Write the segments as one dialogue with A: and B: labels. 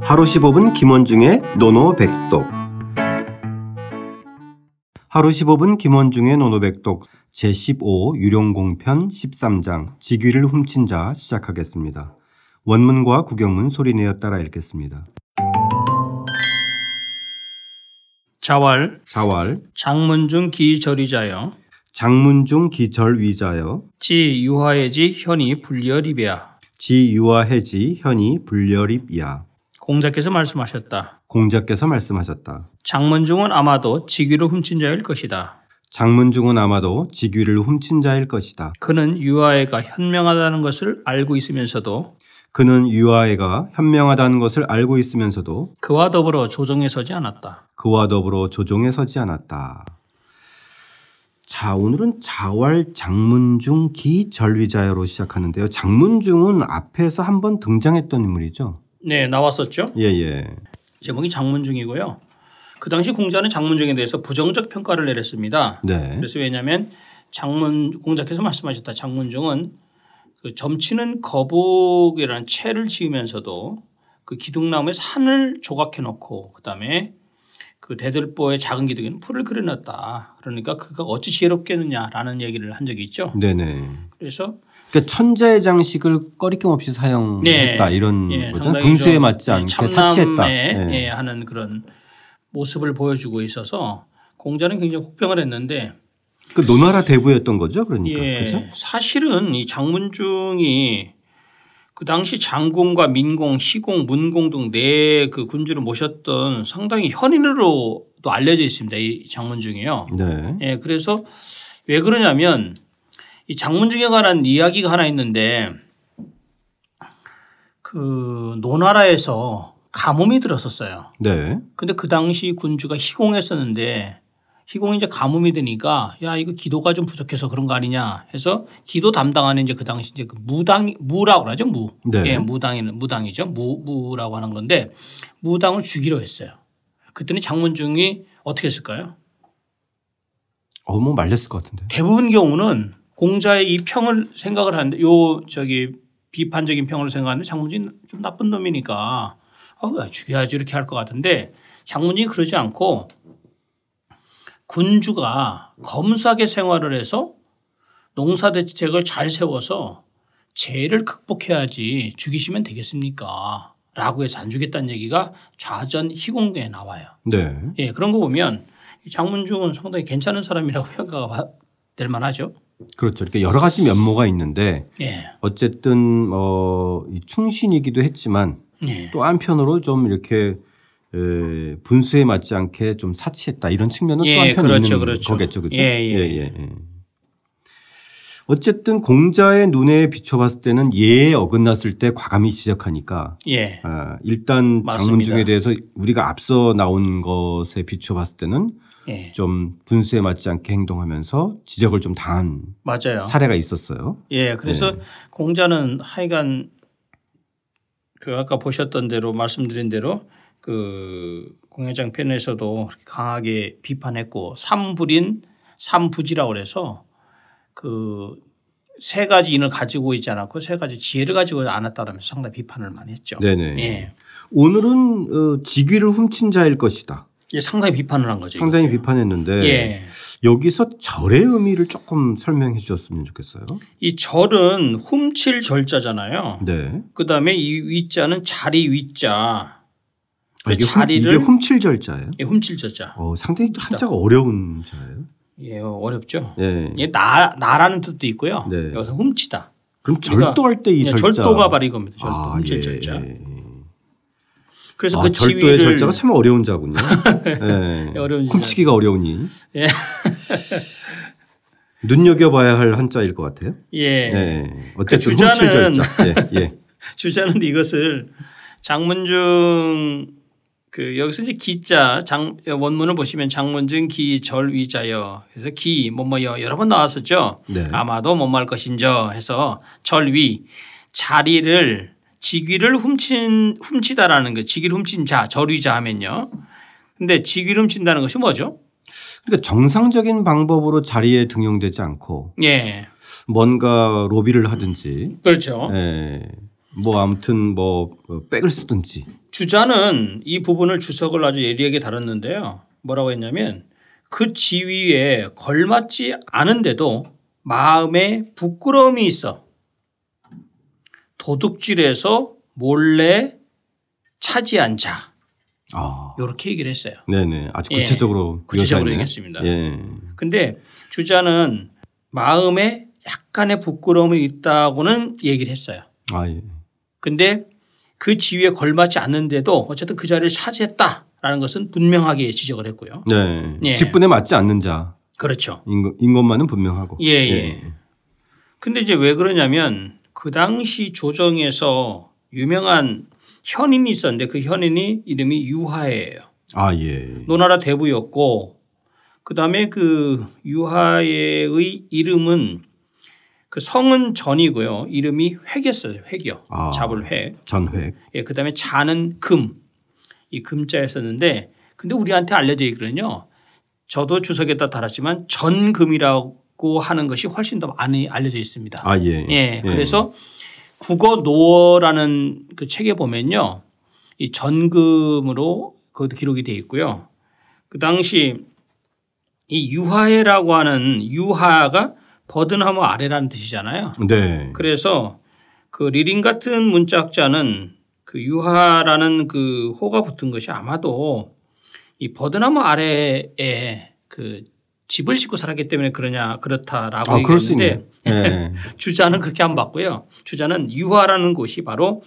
A: 하루 15분 김원중의 노노백독 하루 15분 김원중의 노노백독 제15 유령공편 13장 직위를 훔친 자 시작하겠습니다. 원문과 구경문 소리내어 따라 읽겠습니다.
B: 자왈
A: 자왈
B: 장문중 기절이자여
A: 장문중 기절위자여
B: 지 유화예지 현이 불리어리베야
A: 지유화해지 현이 불려립이야
B: 공자께서 말씀하셨다.
A: 공자께서 말씀하셨다.
B: 장문중은 아마도 직위를 훔친 자일 것이다.
A: 장문중은 아마도 직위를 훔친 자일 것이다.
B: 그는 유화예가 현명하다는 것을 알고 있으면서도
A: 그는 유아애가 현명하다는 것을 알고 있으면서도
B: 그와 더불어 조정에 서지 않았다.
A: 그와 더불어 조정에 서지 않았다. 자, 오늘은 자활 장문중 기절위자여로 시작하는데요. 장문중은 앞에서 한번 등장했던 인물이죠.
B: 네, 나왔었죠.
A: 예, 예.
B: 제목이 장문중이고요. 그 당시 공자는 장문중에 대해서 부정적 평가를 내렸습니다.
A: 네.
B: 그래서 왜냐하면 장문 공자께서 말씀하셨다. 장문종은 그 점치는 거북이라는 채를 지으면서도 그 기둥나무에 산을 조각해 놓고 그다음에 그 대들보의 작은 기둥에는 풀을 그려놨다. 그러니까 그가 어찌 지혜롭겠느냐라는 얘기를 한 적이 있죠.
A: 네네.
B: 그래서
A: 그러니까 천자의 장식을 꺼리낌 없이 사용했다
B: 네.
A: 이런
B: 예,
A: 거죠.
B: 상당히
A: 분수에
B: 좀
A: 맞지 않게 사치했다.
B: 참남에
A: 예.
B: 예, 하는 그런 모습을 보여주고 있어서 공자는 굉장히 혹평을 했는데
A: 그 노나라 대부였던 거죠. 그러니까.
B: 예.
A: 그죠?
B: 사실은 이 장문중이 그 당시 장공과 민공, 시공, 문공 등 네 그 군주를 모셨던 상당히 현인으로도 알려져 있습니다. 이 장문중이요.
A: 네.
B: 예, 그래서 왜 그러냐면 이 장문중에 관한 이야기가 하나 있는데 그 노나라에서 가뭄이 들었었어요.
A: 네.
B: 근데 그 당시 군주가 희공했었는데 희공이 이제 가뭄이 드니까 야 이거 기도가 좀 부족해서 그런 거 아니냐 해서 기도 담당하는 이제 그 당시 이제 그 무당 무라고 하죠 무.
A: 네.
B: 예, 무당이는 무당이죠. 무 무라고 하는 건데 무당을 죽이려 했어요. 그랬더니 장문중이 어떻게 했을까요?
A: 어, 뭐 말렸을 것 같은데.
B: 대부분 경우는 공자의 이 평을 생각을 하는데 요 저기 비판적인 평을 생각하는데 장문진 좀 나쁜 놈이니까 어, 죽여야지 이렇게 할 것 같은데 장문진이 그러지 않고 군주가 검소하게 생활을 해서 농사 대책을 잘 세워서 재해를 극복해야지 죽이시면 되겠습니까? 라고 해서 안 주겠다는 얘기가 좌전 희공대에 나와요.
A: 네.
B: 예, 그런 거 보면 이 장문중은 상당히 괜찮은 사람이라고 평가가 바- 될 만하죠.
A: 그렇죠. 그러니까 여러 가지 면모가 있는데
B: 예.
A: 어쨌든 어, 이 충신이기도 했지만
B: 예.
A: 또 한편으로 좀 이렇게 에, 분수에 맞지 않게 좀 사치했다 이런 측면은
B: 예,
A: 또 한편
B: 그렇죠,
A: 있는
B: 그렇죠.
A: 거겠죠, 그렇죠.
B: 예, 예.
A: 예. 어쨌든 공자의 눈에 비춰봤을 때는 예에 어긋났을 때 과감히 지적하니까
B: 예.
A: 아, 일단
B: 맞습니다.
A: 장문중에 대해서 우리가 앞서 나온 것에 비춰봤을 때는
B: 예.
A: 좀 분수에 맞지 않게 행동하면서 지적을 좀 당한
B: 맞아요.
A: 사례가 음. 있었어요.
B: 예. 그래서 공자는 하여간 그 아까 보셨던 대로 말씀드린 대로 그 공회장 편에서도 그렇게 강하게 비판했고 삼불인 삼부지라고 그래서 그 세 가지 인을 가지고 있지 않았고 세 가지 지혜를 가지고 않았다라면서 상당히 비판을 많이 했죠.
A: 네네.
B: 예.
A: 오늘은 어, 직위를 훔친 자일 것이다.
B: 예, 상당히 비판을 한 거죠.
A: 상당히 비판했는데
B: 예.
A: 여기서 절의 의미를 조금 설명해 주셨으면 좋겠어요.
B: 이 절은 훔칠 절자잖아요.
A: 네.
B: 그다음에 이 위자는 자리 위자.
A: 아, 이게,
B: 그 자리를-
A: 훔, 이게 훔칠 절자예요.
B: 예, 훔칠 절자.
A: 어, 상당히 한자가 어려운 자예요.
B: 예, 어렵죠.
A: 예.
B: 예, 나 나라는 뜻도 있고요.
A: 네.
B: 여기서 훔치다.
A: 그럼
B: 그러니까
A: 절도할 때 이
B: 예,
A: 절자.
B: 절도가 바로 이겁니다. 절도.
A: 아,
B: 훔칠
A: 예,
B: 절자.
A: 예, 예.
B: 그래서
A: 아,
B: 그
A: 절도의
B: 지위를
A: 절자가 참 어려운 자군요. 예.
B: 어려운 자.
A: 훔치기가 어려우니.
B: 예.
A: 눈여겨봐야 할 한자일 것 같아요.
B: 예.
A: 예. 어쨌든
B: 그 주자는-
A: 훔칠 절자. 예. 예.
B: 주자는 이것을 장문중 그 여기서 이제 기자 장 원문을 보시면 장문중 기절위자여 그래서 기 뭐뭐여 여러 번 나왔었죠.
A: 네.
B: 아마도 뭐뭐할 것인저 해서 절위 자리를 직위를 훔친 훔치다라는 거 직위를 훔친 자 절위자 하면요. 근데 직위를 훔친다는 것이 뭐죠?
A: 그러니까 정상적인 방법으로 자리에 등용되지 않고
B: 예,
A: 뭔가 로비를 하든지
B: 그렇죠.
A: 예. 뭐 아무튼 뭐 어, 백을 쓰든지
B: 주자는 이 부분을 주석을 아주 예리하게 다뤘는데요. 뭐라고 했냐면 그 지위에 걸맞지 않은데도 마음에 부끄러움이 있어 도둑질해서 몰래 차지한 자
A: 아
B: 이렇게 얘기를 했어요.
A: 네네 아주
B: 예.
A: 구체적으로
B: 구체적으로
A: 묘사했네요.
B: 얘기했습니다.
A: 예
B: 근데 주자는 마음에 약간의 부끄러움이 있다고는 얘기를 했어요.
A: 아, 예.
B: 근데 그 지위에 걸맞지 않는데도 어쨌든 그 자리를 차지했다라는 것은 분명하게 지적을 했고요.
A: 네.
B: 예.
A: 직분에 맞지 않는 자인
B: 그렇죠.
A: 것- 인 것만은 분명하고.
B: 예, 예. 근데 이제 왜 그러냐면 그 당시 조정에서 유명한 현인이 있었는데 그 현인이 이름이 유하예요.
A: 아, 예.
B: 노나라 대부였고 그다음에 그 유하예의 이름은 그 성은 전이고요. 이름이 획이었어요. 획이요.
A: 아.
B: 잡을 획.
A: 전획.
B: 예, 그다음에 자는 금. 이 금자였었는데 근데 우리한테 알려져 있거든요. 저도 주석에다 달았지만 전금이라고 하는 것이 훨씬 더 많이 알려져 있습니다.
A: 아, 예.
B: 예. 그래서 국어 노어라는 그 책에 보면요. 이 전금으로 그것도 기록이 돼 있고요. 그 당시 이 유하해라고 하는 유하가 버든하모 아래라는 뜻이잖아요.
A: 네.
B: 그래서 그 리린 같은 문자학자는 그 유하라는 그 호가 붙은 것이 아마도 이 버드나무 아래에 그 집을 짓고 살았기 때문에 그러냐 그렇다라고
A: 아, 그럴 수
B: 얘기했는데
A: 있네. 예.
B: 주자는 그렇게 안 봤고요. 주자는 유하라는 곳이 바로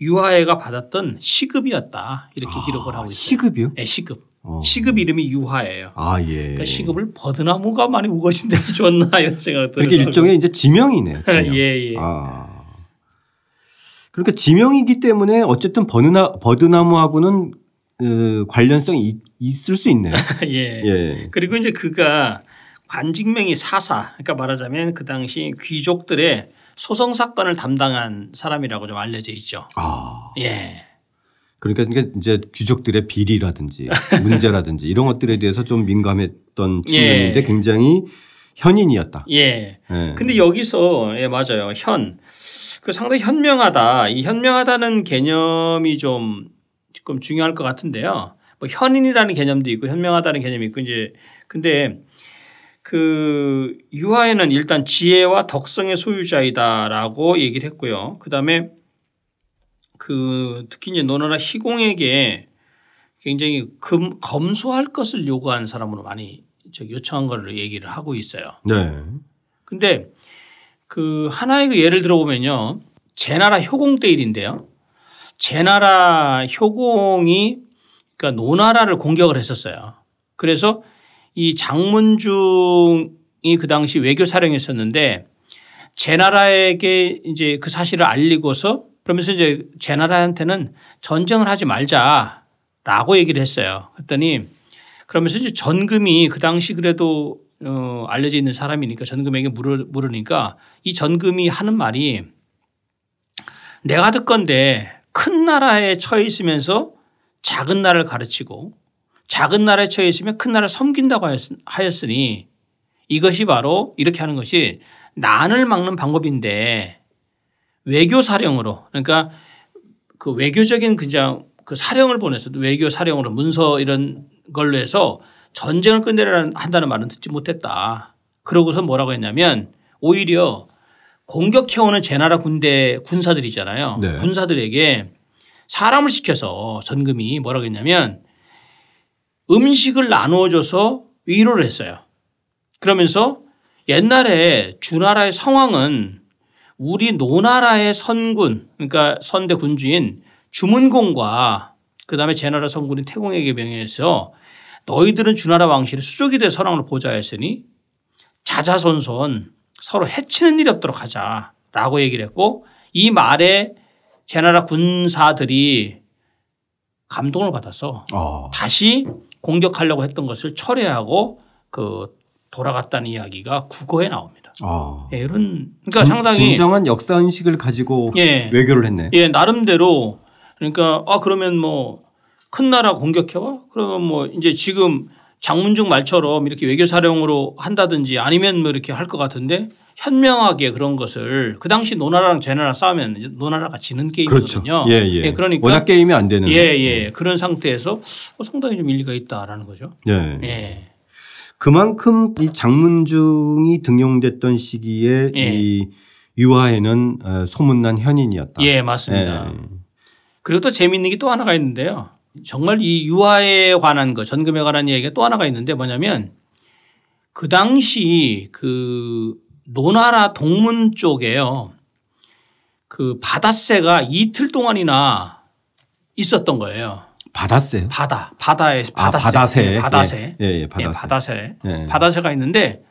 B: 유하애가 받았던 시급이었다 이렇게 기록을 하고 있어요.
A: 예. 아, 시급이요?
B: 예, 시급.
A: 어.
B: 시급 이름이 유하예요.
A: 아, 예.
B: 그러니까 시급을 버드나무가 많이 우거진 데 줬나 이런 생각도
A: 그게
B: 들더라고요.
A: 그러니까 일종의 이제 지명이네요. 지명.
B: 예, 예.
A: 아. 그러니까 지명이기 때문에 어쨌든 버드나, 버드나무하고는 어, 관련성이 있- 있을 수 있네요.
B: 예.
A: 예.
B: 그리고 이제 그가 관직명이 사사, 그러니까 말하자면 그 당시 귀족들의 소송 사건을 담당한 사람이라고 좀 알려져 있죠.
A: 아.
B: 예,
A: 그러니까 이게 이제 귀족들의 비리라든지 문제라든지 이런 것들에 대해서 좀 민감했던 측면인데
B: 예.
A: 굉장히 현인이었다.
B: 예.
A: 예.
B: 근데 여기서 예 맞아요 현, 그 상당히 현명하다. 이 현명하다는 개념이 좀 조금 중요할 것 같은데요. 뭐 현인이라는 개념도 있고 현명하다는 개념이 있고 이제 근데 그 유아에는 일단 지혜와 덕성의 소유자이다라고 얘기를 했고요. 그다음에 그 특히 이제 노나라 희공에게 굉장히 금, 검소할 것을 요구한 사람으로 많이 저 요청한 걸 얘기를 하고 있어요.
A: 네.
B: 근데 그 하나의 그 예를 들어보면요. 제나라 효공 때 일인데요. 제나라 효공이 그러니까 노나라를 공격을 했었어요. 그래서 이 장문중이 그 당시 외교 사령이었었는데 제나라에게 이제 그 사실을 알리고서 그러면서 이제 제나라한테는 전쟁을 하지 말자라고 얘기를 했어요. 그랬더니 그러면서 이제 전금이 그 당시 그래도 어, 알려져 있는 사람이니까 전금에게 물을, 물으니까 이 전금이 하는 말이 내가 듣건데 큰 나라에 처해 있으면서 작은 나라를 가르치고 작은 나라에 처해 있으면 큰 나라를 섬긴다고 하였- 하였으니 이것이 바로 이렇게 하는 것이 난을 막는 방법인데 외교 사령으로 그러니까 그 외교적인 그냥 그 사령을 보내서 외교 사령으로 문서 이런 걸로 해서 전쟁을 끝내라는 한다는 말은 듣지 못했다. 그러고서 뭐라고 했냐면 오히려 공격해오는 제나라 군대 군사들이잖아요.
A: 네.
B: 군사들에게 사람을 시켜서 전금이 뭐라고 했냐면 음식을 나누어줘서 위로를 했어요. 그러면서 옛날에 주나라의 성왕은 우리 노나라의 선군 그러니까 선대 군주인 주문공과 그다음에 제나라 선군인 태공에게 명해서 너희들은 주나라 왕실의 수족이 될 선왕을 보좌했으니 자자손손 서로 해치는 일이 없도록 하자라고 얘기를 했고 이 말에 제나라 군사들이 감동을 받아서
A: 아.
B: 다시 공격하려고 했던 것을 철회하고 그 돌아갔다는 이야기가 국어에 나옵니다.
A: 아.
B: 예, 이런
A: 진-
B: 그러니까 상당히
A: 진정한 역사 의식을 가지고
B: 예.
A: 외교를 했네.
B: 예, 나름대로 그러니까 아 그러면 뭐 큰 나라 공격해 와? 그러면 뭐 이제 지금 장문중 말처럼 이렇게 외교사령으로 한다든지 아니면 뭐 이렇게 할 것 같은데 현명하게 그런 것을 그 당시 노나라랑 제나라 싸우면 이제 노나라가 지는
A: 그렇죠.
B: 게임이거든요.
A: 예, 예.
B: 그러니까
A: 워낙 게임이 안 되는.
B: 예, 예. 그런 상태에서 어, 상당히 좀 일리가 있다라는 거죠.
A: 예.
B: 예.
A: 그만큼 이 장문중이 등용됐던 시기에
B: 예.
A: 이 유화에는 어, 소문난 현인이었다.
B: 예, 맞습니다.
A: 예.
B: 그리고 또 재미있는 게 또 하나가 있는데요. 정말 이 유화에 관한 거, 전금에 관한 이야기가 또 하나가 있는데 뭐냐면 그 당시 그 노나라 동문 쪽에요. 그 바닷새가 이틀 동안이나 있었던 거예요.
A: 바닷새요?
B: 바다, 바다에
A: 아,
B: 바닷새,
A: 바다새.
B: 예, 바다새,
A: 예, 예, 예,
B: 예,
A: 바다새.
B: 바다새.
A: 예.
B: 바다새가 있는데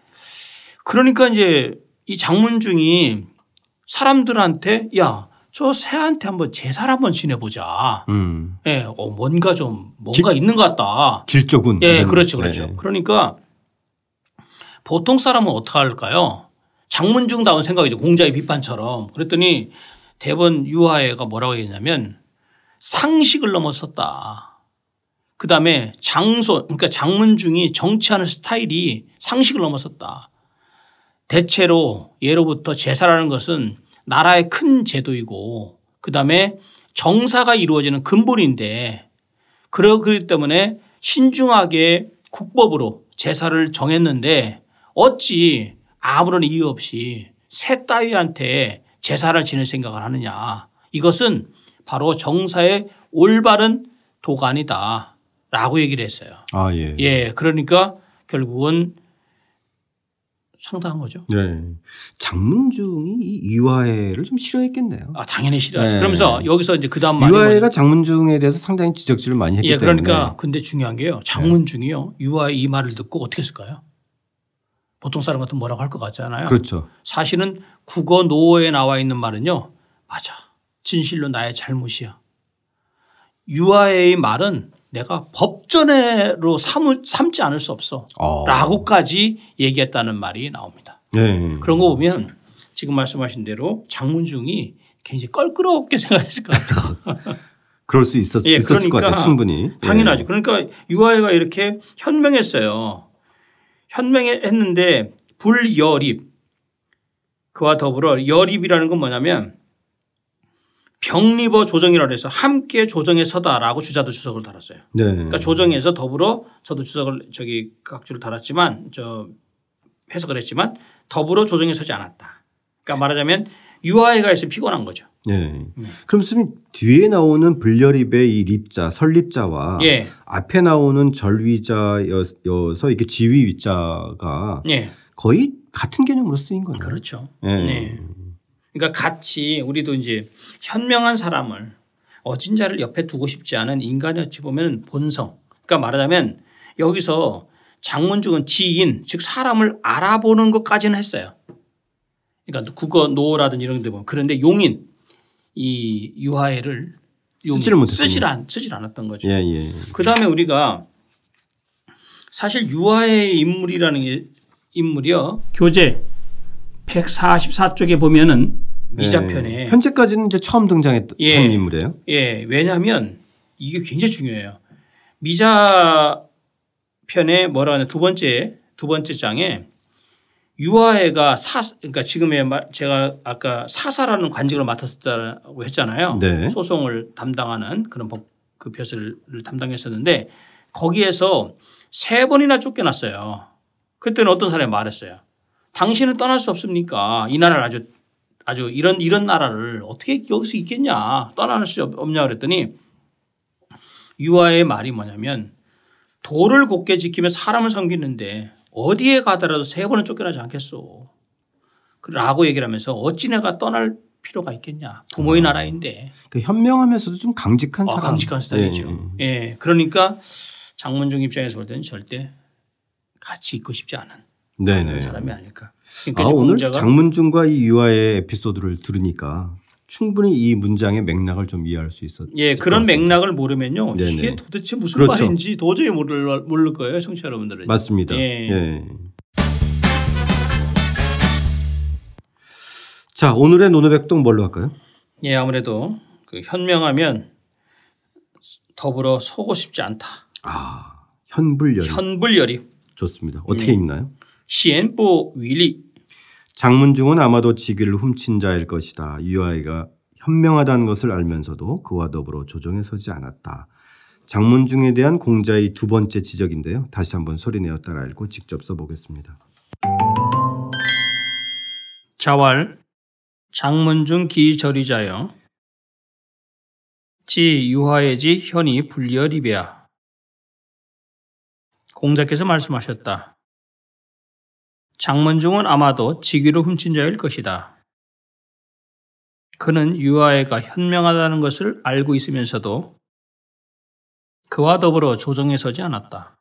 B: 그러니까 이제 이 장문중이 사람들한테 야 저 새한테 한번 제사를 한번 지내보자.
A: 음.
B: 예, 어, 뭔가 좀 뭔가 있는 것 같다.
A: 길조군.
B: 예,
A: 이런-
B: 그렇죠, 그렇죠.
A: 예.
B: 그러니까 보통 사람은 어떻게 할까요? 장문중다운 생각이죠. 공자의 비판처럼. 그랬더니 대번 유화애가 뭐라고 했냐면 상식을 넘어섰다. 그 다음에 장소, 그러니까 장문중이 정치하는 스타일이 상식을 넘어섰다. 대체로 예로부터 제사라는 것은 나라의 큰 제도이고 그 다음에 정사가 이루어지는 근본인데 그러기 때문에 신중하게 국법으로 제사를 정했는데 어찌 아무런 이유 없이 새 따위한테 제사를 지낼 생각을 하느냐. 이것은 바로 정사의 올바른 도관이다. 라고 얘기를 했어요.
A: 아, 예.
B: 예. 그러니까 결국은 상당한 거죠.
A: 네. 장문중이 이 유화애를 좀 싫어했겠네요.
B: 아, 당연히 싫어하죠.
A: 네.
B: 그러면서 여기서 이제 그 다음 말이 뭐냐면
A: 유화애가 장문중에 대해서 상당히 지적질을 많이 했기
B: 예, 그러니까
A: 때문에. 네.
B: 근데 중요한 게요. 장문중이요. 유아의 이 말을 듣고 어떻게 했을까요? 보통 사람 같은 뭐라고 할 것 같잖아요.
A: 그렇죠.
B: 사실은 국어 노어에 나와 있는 말은요. 맞아. 진실로 나의 잘못이야. 유아의 말은 내가 법전에로 삼, 삼지 않을 수 없어.
A: 어.
B: 라고까지 얘기했다는 말이 나옵니다.
A: 예.
B: 그런 거 보면 지금 말씀하신 대로 장문중이 굉장히 껄끄럽게 생각했을 것 같아요.
A: 그럴 수 있었,
B: 예,
A: 있었을 것
B: 그러니까
A: 같아요. 충분히.
B: 당연하죠. 그러니까 유아회가 이렇게 현명했어요. 현명했는데 불여립 그와 더불어 여립이라는 건 뭐냐면 병립어 조정이라고 해서 함께 조정에 서다라고 주자도 주석을 달았어요.
A: 예. 네.
B: 그러니까 조정에서 더불어 저도 주석을 저기 각주를 달았지만 저 해석을 했지만 더불어 조정에 서지 않았다. 그러니까 말하자면 유아회가 있으면 피곤한 거죠.
A: 네. 그럼 선생님 뒤에 나오는 불여립의 이 립자 설립자와
B: 예.
A: 앞에 나오는 절위자여서 이게 지위위자가
B: 예.
A: 거의 같은 개념으로 쓰인 거네요.
B: 그렇죠.
A: 예.
B: 네. 그러니까 같이 우리도 이제 현명한 사람을 어진 자를 옆에 두고 싶지 않은 인간이 어찌 보면 본성. 그러니까 말하자면 여기서 장문중은 지인 즉 사람을 알아보는 것까지는 했어요. 그러니까 국어 노어라든지 이런 데 보면 그런데 용인 이 유화애를 용인,
A: 쓰지를 못했군요.
B: 쓰질 않 쓰질 않았던 거죠.
A: 예, 예.
B: 그 다음에 우리가 사실 유아의 인물이라는 게 인물이요. 교재 144쪽에 보면은
A: 예.
B: 미자편에
A: 현재까지는 이제 처음 등장했던
B: 예.
A: 인물이에요.
B: 예 왜냐하면 이게 굉장히 중요해요. 미자 편에 뭐라 하냐 두 번째 두 번째 장에 유아애가 사 그러니까 지금의 말 제가 아까 사사라는 관직을 맡았다고 했잖아요.
A: 네.
B: 소송을 담당하는 그런 법그 벼슬을 담당했었는데 거기에서 세 번이나 쫓겨났어요. 그때는 어떤 사람이 말했어요. 당신은 떠날 수 없습니까? 이 나라를 아주 아주 이런 이런 나라를 어떻게 여기서 있겠냐? 떠날 수 없- 없냐 그랬더니 유아의 말이 뭐냐면 도를 곱게 지키며 사람을 섬기는데 어디에 가더라도 세 번은 쫓겨나지 않겠소. 라고 얘기를 하면서 어찌 내가 떠날 필요가 있겠냐.
A: 아.
B: 부모의 나라인데
A: 그 현명하면서도 좀 강직한
B: 어,
A: 사람.
B: 강직한
A: 음,
B: 스타일이죠. 예. 그러니까 장문중 입장에서 볼 때는 절대 같이 있고 싶지 않은
A: 네,
B: 그런
A: 네.
B: 사람이 아닐까.
A: 아,
B: 그러니까 이제
A: 오늘
B: 공자가
A: 장문중과 이 유아의 에피소드를 들으니까 충분히 이 문장의 맥락을 좀 이해할 수 있었.
B: 예, 그런 맥락을 모르면요.
A: 네네.
B: 이게 도대체 무슨
A: 그렇죠.
B: 말인지 도저히 모를, 모를 거예요. 청취자 여러분들은.
A: 맞습니다.
B: 예.
A: 자, 오늘의 노노백동 뭘로 할까요?
B: 예, 아무래도 그 현명하면 더불어 서고 싶지 않다.
A: 아, 현불열
B: 현불열이
A: 좋습니다.
B: 예.
A: 어떻게 읽나요?
B: 시엔보 위리
A: 장문중은 아마도 직위를 훔친 자일 것이다. 유아이가 현명하다는 것을 알면서도 그와 더불어 조정에 서지 않았다. 장문중에 대한 공자의 두 번째 지적인데요. 다시 한번 소리내어 따라 읽고 직접 써보겠습니다.
B: 자왈 장문중 기절이자여 지 유화의지 현이 불열이배야 공자께서 말씀하셨다. 장문중은 아마도 직위로 훔친 자일 것이다. 그는 유아애가 현명하다는 것을 알고 있으면서도 그와 더불어 조정에 서지 않았다.